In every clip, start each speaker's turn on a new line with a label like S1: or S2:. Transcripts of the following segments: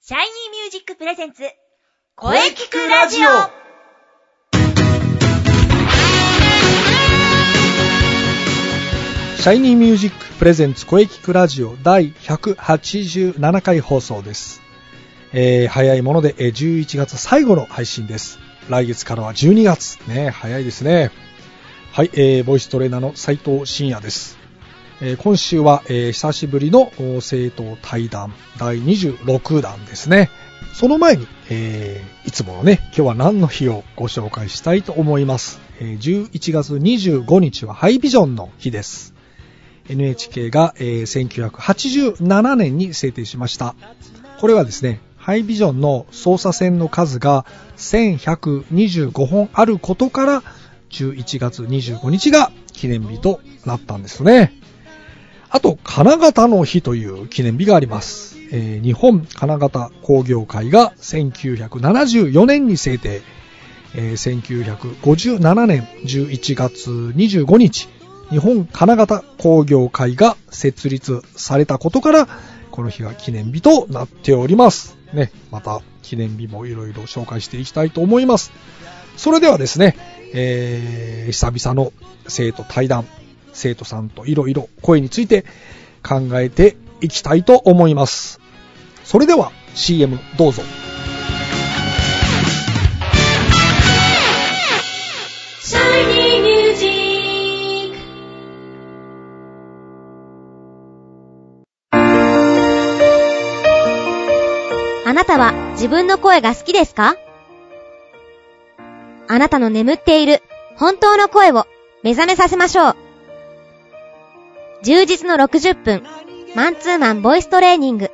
S1: シャイニーミュージックプレゼンツ、
S2: 声聞くラジオ
S3: シャイニーミュージックプレゼンツ声聞くラジオ第187回放送です。えー早いものでえー11月最後の配信です。来月からは12月。ね、早いですね。はい、えーボイストレーナーの斉藤真也です。えー今週は、えー久しぶりのお生徒対談第26弾ですね。その前に、えーいつものね、今日は何の日をご紹介したいと思います。えー11月25日はハイビジョンの日です。NHK が、えー1987年に制定しました。これはですね、ハイビジョンの操作線の数が1125本あることから、11月25日が記念日となったんですね。あと、金型の日という記念日があります。えー日本金型工業会が1974年に制定。えー1957年11月25日、日本金型工業会が設立されたことから、この日が記念日となっております。ね、また記念日もいろいろ紹介していきたいと思います。それではですね、えー久々の生徒対談、生徒さんといろいろ声について考えていきたいと思います。それでは CM どうぞ。
S1: シャイニーミュージックあなたは自分の声が好きですかあなたの眠っている本当の声を目覚めさせましょう。充実の60分、マンツーマンボイストレーニング。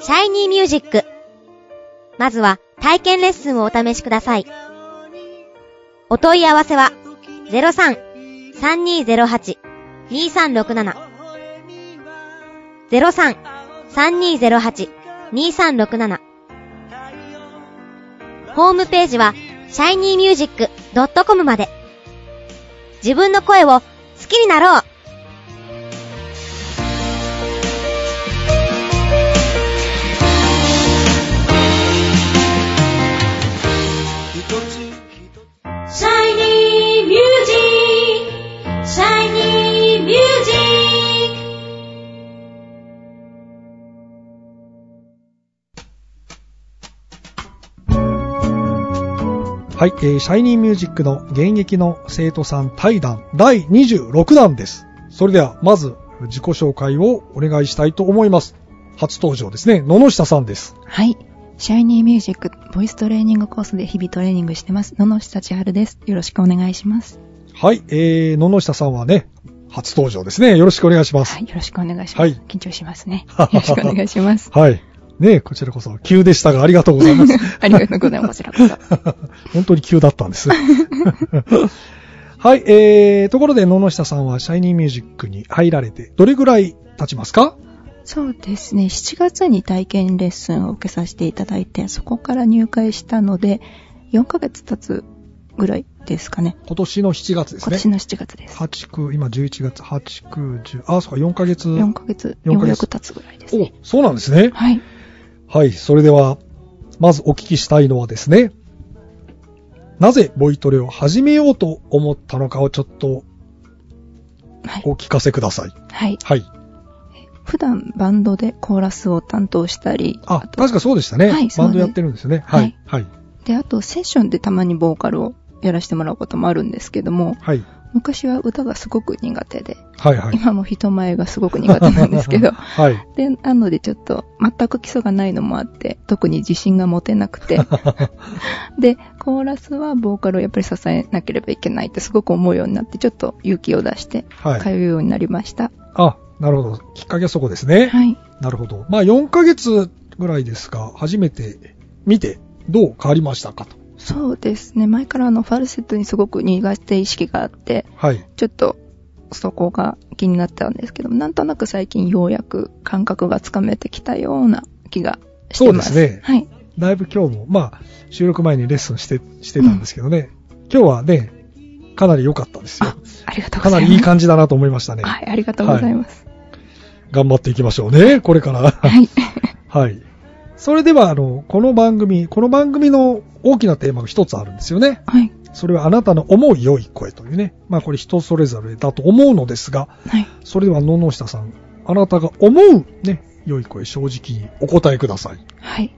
S1: シャイニーミュージック。まずは体験レッスンをお試しください。お問い合わせは03-3208-2367 03-3208-2367ホームページは shinymusic.com まで自分の声を好きになろうシャイニーミュージックシャイニーミュージッ
S3: はい、えーシャイニーミュージックの現役の生徒さん対談第26弾です。それでは、まず自己紹介をお願いしたいと思います。初登場ですね、野々下さんです。
S4: はい。シャイニーミュージック、ボイストレーニングコースで日々トレーニングしてます。野々下千春です。よろしくお願いします。
S3: はい、えー、野々下さんはね、初登場ですね。よろしくお願いします。
S4: はい。よろしくお願いします。
S3: はい
S4: 緊張しますね。よろしくお願いし ます。
S3: はい。ねえこちらこそ、急でしたが、ありがとうござい ます。
S4: ありがとうございます。こちらこそ。
S3: 本当に急だったんです。 はい、えー、ところで、野々下さんは、シャイニーミュージックに入られて、どれぐらい経ちますか
S4: そうですね。7月に体験レッスンを受けさせていただいて、そこから入会したので、4ヶ月経つぐらいですかね。
S3: 今年の7月です
S4: 今
S3: ね。
S4: 年の7月です。
S3: 8、9、今11月、8、9、10、あ、そうか、4ヶ月。
S4: 4ヶ月、
S3: 4
S4: よ
S3: ヶ月
S4: うやく経つぐらいです
S3: お
S4: ね。、
S3: そうなんですね。
S4: はい。
S3: はい、それでは、まずお聞きしたいのはですね、なぜボイトレを始めようと思ったのかをちょっと
S4: はい。
S3: お聞かせください。
S4: はい。
S3: はい。
S4: 普段バンドでコーラスを担当したり、
S3: あ、確かそうでしたね。
S4: はい
S3: バンドやってるんですよね。はい。はい。
S4: で、あとセッションでたまにボーカルをやらせてもらうこともあるんですけども、
S3: はい。
S4: 昔は歌がすごく苦手で、
S3: はい。はい。
S4: 今も人前がすごく苦手なんですけど、
S3: はい。
S4: で、なのでちょっと全く基礎がないのもあって、特に自信が持てなく て、で、コーラスはボーカルをやっぱり支えなければいけないってすごく思うようになって、ちょっと勇気を出して
S3: はい
S4: 通うようになりました。
S3: あ、なるほど。きっかけはそこですね。
S4: はい。
S3: なるほど。まあ4ヶ月ぐらいですが、初めて見て、どう変わりましたかと。
S4: そうですね、前からあのファルセットにすごく苦手意識があって、
S3: はい。
S4: ちょっとそこが気になってたんですけど、なんとなく最近ようやく感覚がつかめてきたような気がしてます。
S3: そうですね
S4: はい。
S3: だいぶ今日も、まあ、収録前にレッスンして、してたんですけどね、今日はね、かなり良かったですよ
S4: あ。、ありがとう
S3: か
S4: ござ
S3: ない
S4: ます。
S3: りいい感じだなと思いましたね。
S4: はい、ありがとうございます。
S3: 頑張っていきましょうね、これから。
S4: はい。
S3: はい。それでは、あの、この番組、この番組の大きなテーマが一つあるんですよね。
S4: はい。
S3: それはあなたの思う良い声というね。まあこれ人それぞれだと思うのですが、
S4: はい。
S3: それでは野々下さん、あなたが思うね、良い声正直にお答えください。
S4: はい。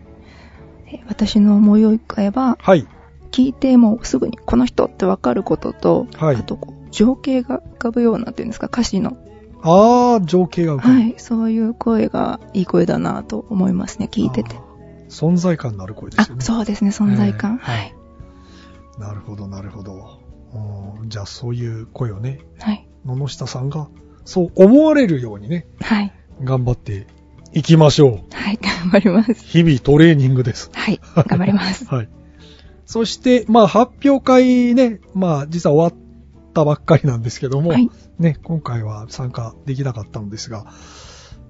S4: え私の思いを変えば、
S3: はい。
S4: 聞いてもうすぐにこの人ってわかることと、
S3: はい
S4: あとこう、情景が浮かぶようなっていうんですか、歌詞の。
S3: あー、情景が浮かぶ。
S4: はい。そういう声がいい声だなと思いますね、聞いてて
S3: あ。ー。存在感のある声で
S4: あ
S3: すよ、ね。
S4: そうですね、存在感。
S3: えー
S4: はい。
S3: なるほど、なるほど。うんじゃあそういう声をね、
S4: はい。
S3: 野々下さんがそう思われるようにね、
S4: はい。
S3: 頑張っていきましょう。
S4: はい。頑張ります。
S3: 日々トレーニング です。
S4: はい。頑張ります。
S3: はい。そして、まあ、発表会ね、まあ、実は終わったばっかりなんですけども、
S4: はい。
S3: ね、今回は参加できなかったのですが、ま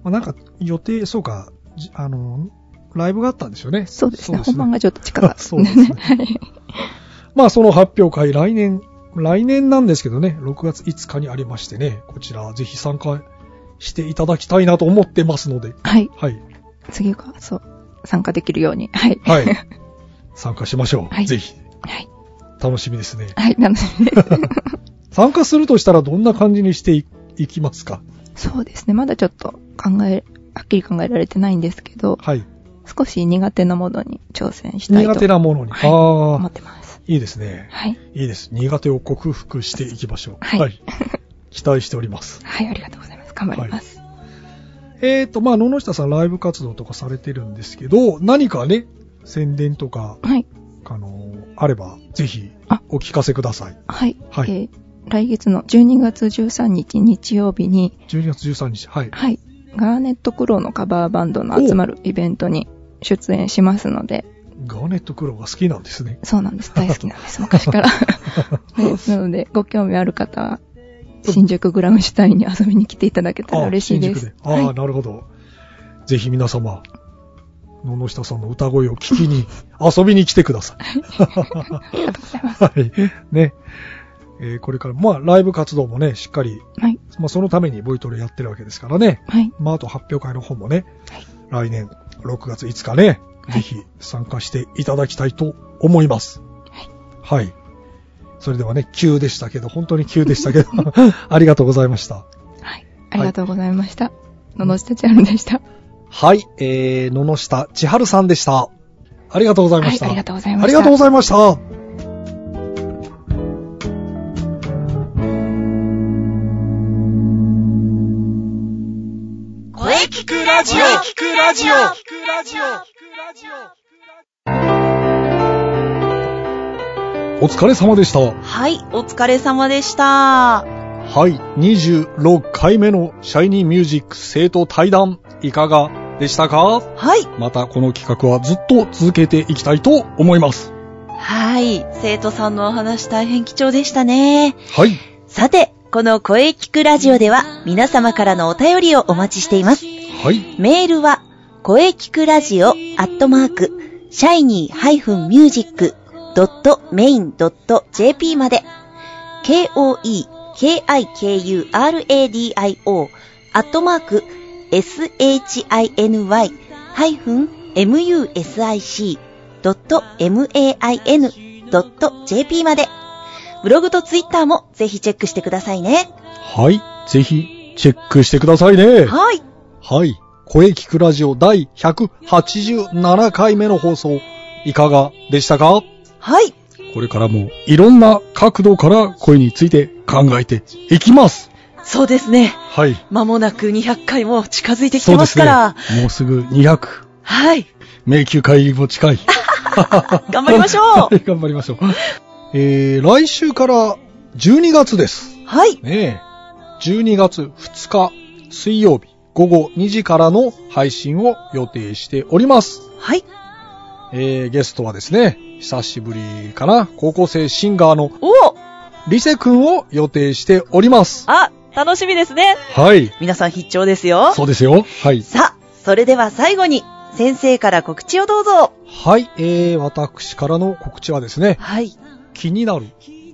S3: あ、なんか予定、そうか、じあの、ライブがあったんですよね。
S4: そうですね。本番
S3: が。
S4: がちょっと近か った。
S3: そうですね
S4: はい。
S3: まあ、その発表会、来年、来年なんですけどね、6月5日にありましてね、こちら、ぜひ参加していただきたいなと思ってますので、
S4: はい。
S3: はい。
S4: 次が、そう、参加できるように。はい。
S3: はい。参加しましょう。
S4: はい
S3: ぜひ。
S4: はい。
S3: 楽しみですね。
S4: はい。楽しみです。
S3: 参加するとしたらどんな感じにしていいきますか
S4: そうですね。まだちょっと考え、はっきり考えられてないんですけど、
S3: はい。
S4: 少し苦手なものに挑戦したい
S3: 苦手
S4: と
S3: なものに。
S4: はい思
S3: あ
S4: っ
S3: あ、
S4: てます。
S3: いいですね。
S4: はい。
S3: いいです。苦手を克服していきましょう。
S4: はい
S3: 期待しております。
S4: はい。ありがとうございます。頑張ります。
S3: えっ、と、まあ、野々下さんライブ活動とかされてるんですけど、何かね、宣伝とか、
S4: はい。
S3: あのーあれば、ぜひ
S4: あ、
S3: お聞かせください。
S4: はい。
S3: はい
S4: えー来月の12月13日日曜日に、
S3: 12月13日。はい。
S4: はい。ガーネットクローのカバーバンドの集まるイベントに出演しますので、
S3: ガーネットクローが好きなんですね。
S4: そうなんです。大好きなんです。 昔 から。はいなので、ご興味ある方は、新宿グラムシュタインに遊びに来ていただけたら
S3: あ
S4: 嬉しいで
S3: 新
S4: す
S3: 宿。ああ、
S4: はい。
S3: なるほど。ぜひ皆様、野々下さんの歌声を聞きに、 遊びに来てください。
S4: ありがとうございま す。
S3: はい。ね。えーこれから、まあ、ライブ活動もね、しっかり、
S4: はい。
S3: まあ、そのためにボイトレやってるわけですからね。
S4: はい。
S3: まあ、あと発表会の方もね、来年6月5日ね、ぜひ参加していただきたいと思います。はい。それではね、急でしたけど、本当に急でしたけ ど、ありがとうございました。
S4: はい。ありがとうございました。ののしたちゃんでした。
S3: はい、えー、野々下千春さんでした。ありがとうございま
S4: は
S3: し
S4: い。
S3: た。
S4: ありがとうございました。
S3: ありがとうございました。
S2: 声聞くラジオ声聞くラジオ
S3: お疲れ様でした。は
S5: はい、お疲れ様でした。
S3: い、26回目のシャイニーミュージック生徒対談、いかがでしたか
S5: はい、
S3: またこの企画はずっと続けていきたいと思います。
S5: はい、生徒さんのお話大変貴重でしたね。
S3: はい、
S5: さて、この声聞くラジオでは皆様からのお便りをお待ちしています。
S3: はい、
S5: メールは、声聞くラジオアットマーク、シャイニー -music.main.jp まで、k-o-e-k-i-k-u-r-a-d-i-o アットマーク、shiny-music.main.jp まで、ブログとツイッターもぜひチェックしてくださいね。
S3: はい、ぜひチェックしてくださいね。
S5: はい。
S3: はい、声聞くラジオ第187回目の放送、いかがでしたか
S5: はい。
S3: これからもいろんな角度から声について考えていきます。
S5: そうですね。
S3: はい。
S5: まもなく200回も近づいてき
S3: そ
S5: て
S3: うで
S5: ます
S3: すね
S5: から。。
S3: もうすぐ200、
S5: はい。
S3: 迷宮会も近い。
S5: 頑張りましょ
S3: はい頑張りましょう。えー、来週から12月です。
S5: う。はい。
S3: ねえ。12月2日水曜日午後2時からの配信を予定しております。
S5: はい。
S3: えー、ゲストはですね、久しぶりかな、高校生シンガーの
S5: おお
S3: リセくんを予定しております。
S5: あ、楽しみですね。
S3: はい。
S5: 皆さん必聴ですよ。
S3: そうですよ。はい。
S5: さあ、それでは最後に、先生から告知をどうぞ。
S3: はい、えー、私からの告知はですね、
S5: はい。
S3: 気になる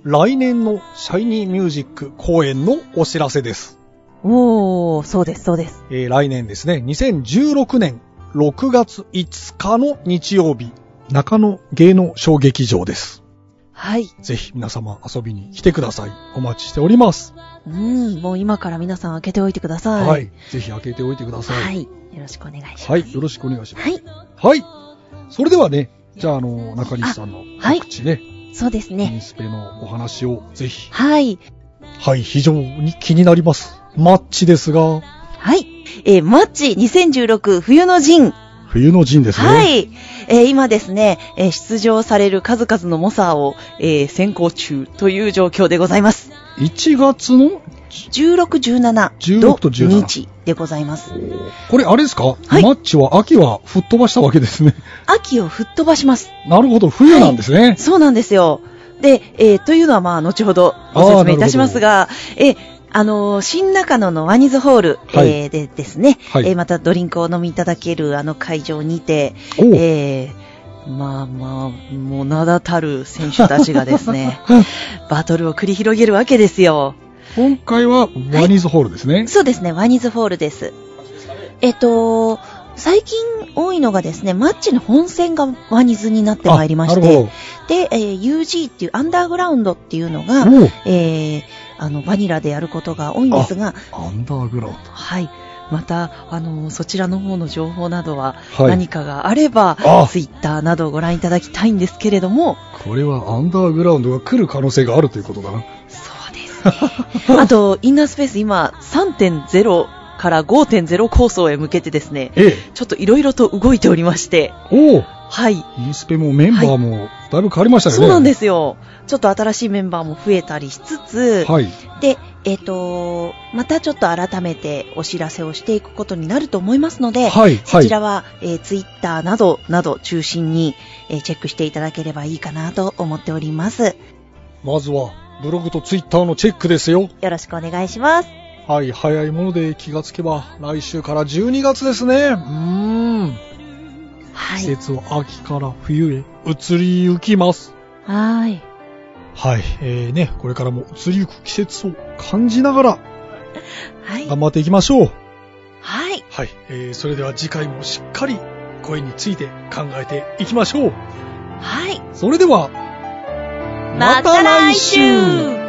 S3: 来年のシャイニーミュージック公演のお知らせです。
S5: おー、そうです、そうです。
S3: えー、来年ですね、2016年6月5日の日曜日、中野芸能小劇場です。
S5: はい。
S3: ぜひ皆様遊びに来てください。お待ちしております。
S5: うん、もう今から皆さん開けておいてください。
S3: はい。。ぜひ開けておいてください。
S5: はい。よろしくお願いします。
S3: はい、よろしくお願いします。
S5: はい。
S3: はい。それではね、じゃあ、あの、中西さんの
S5: あはい
S3: 告知ね、
S5: そうです
S3: ミ
S5: ね。
S3: ニスペのお話をぜひ。
S5: はい。
S3: はい、非常に気になります。マッチですが、
S5: はい。えーマッチ2016冬の陣。
S3: 冬の陣ですね。
S5: はい。えー今ですね、えー出場される数々の猛者を、えー選考中という状況でございます。
S3: 1月の、
S5: 16、17。
S3: 16と17
S5: 日でございます。
S3: これあれですか、
S5: はい
S3: マッチは秋は吹っ飛ばしたわけですね。
S5: 秋を吹っ飛ばします。
S3: なるほど、冬なんですね。
S5: そうなんですよ。で、えーというのはまあ、後ほどご説明いたしますが、えーあのー新中野のワニズホール、
S3: はい
S5: えーでですね、
S3: はい
S5: えーまたドリンクをお飲みいただけるあの会場にて、
S3: おう
S5: えーまあまあ、もう名だたる選手たちがです ね、バトルを繰り広げるわけですよ。
S3: 今回はワニーズホールですね。
S5: そうですね、ワニズホールです。えっと、最近多いのがですね、マッチの本戦がワニズになってまいりまし
S3: あなる
S5: て、
S3: ほ
S5: で、えー UG っていうアンダーグラウンドっていうのが、
S3: ど。おう
S5: えーあの、バニラでやることが多いんですが、
S3: アンダーグラウン
S5: はい。また、あの、そちらの方の情報などは、
S3: ド。はい。
S5: 何かがあれば、
S3: あ
S5: ツイッターなどをご覧いただきたいんですけれども、
S3: これはアンダーグラウンドが来る可能性があるということだな。
S5: そうですね。 あと、インナースペース今、3.0から5.0構想へ向けてですね、
S3: ええ。
S5: ちょっといろいろと動いておりまして、
S3: おう
S5: はい。
S3: インスペもメンバーもだいぶ変わりましたよね。
S5: そうなんですよ。ちょっと新しいメンバーも増えたりしつつ、
S3: はい。
S5: で、えっ、と、またちょっと改めてお知らせをしていくことになると思いますので、
S3: はい。
S5: そ
S3: は
S5: ち
S3: い。
S5: らは、えツイッター Twitter など、など中心に、えーチェックしていただければいいかなと思っております。
S3: まずは、ブログとツイッターのチェックですよ。
S5: よろしくお願いします。
S3: はい。早いもので気がつけば、来週から12月ですね。うーん。
S5: は
S3: 季
S5: い。
S3: 節は秋から冬へ移りゆきます。
S5: はーい。
S3: はい。えーね、これからも移りゆく季節を感じながら
S5: はい。
S3: 頑張っていきましょう。
S5: はい。
S3: はい。えーそれでは次回もしっかり声について考えていきましょう。
S5: はい。
S3: それでは、
S5: また来週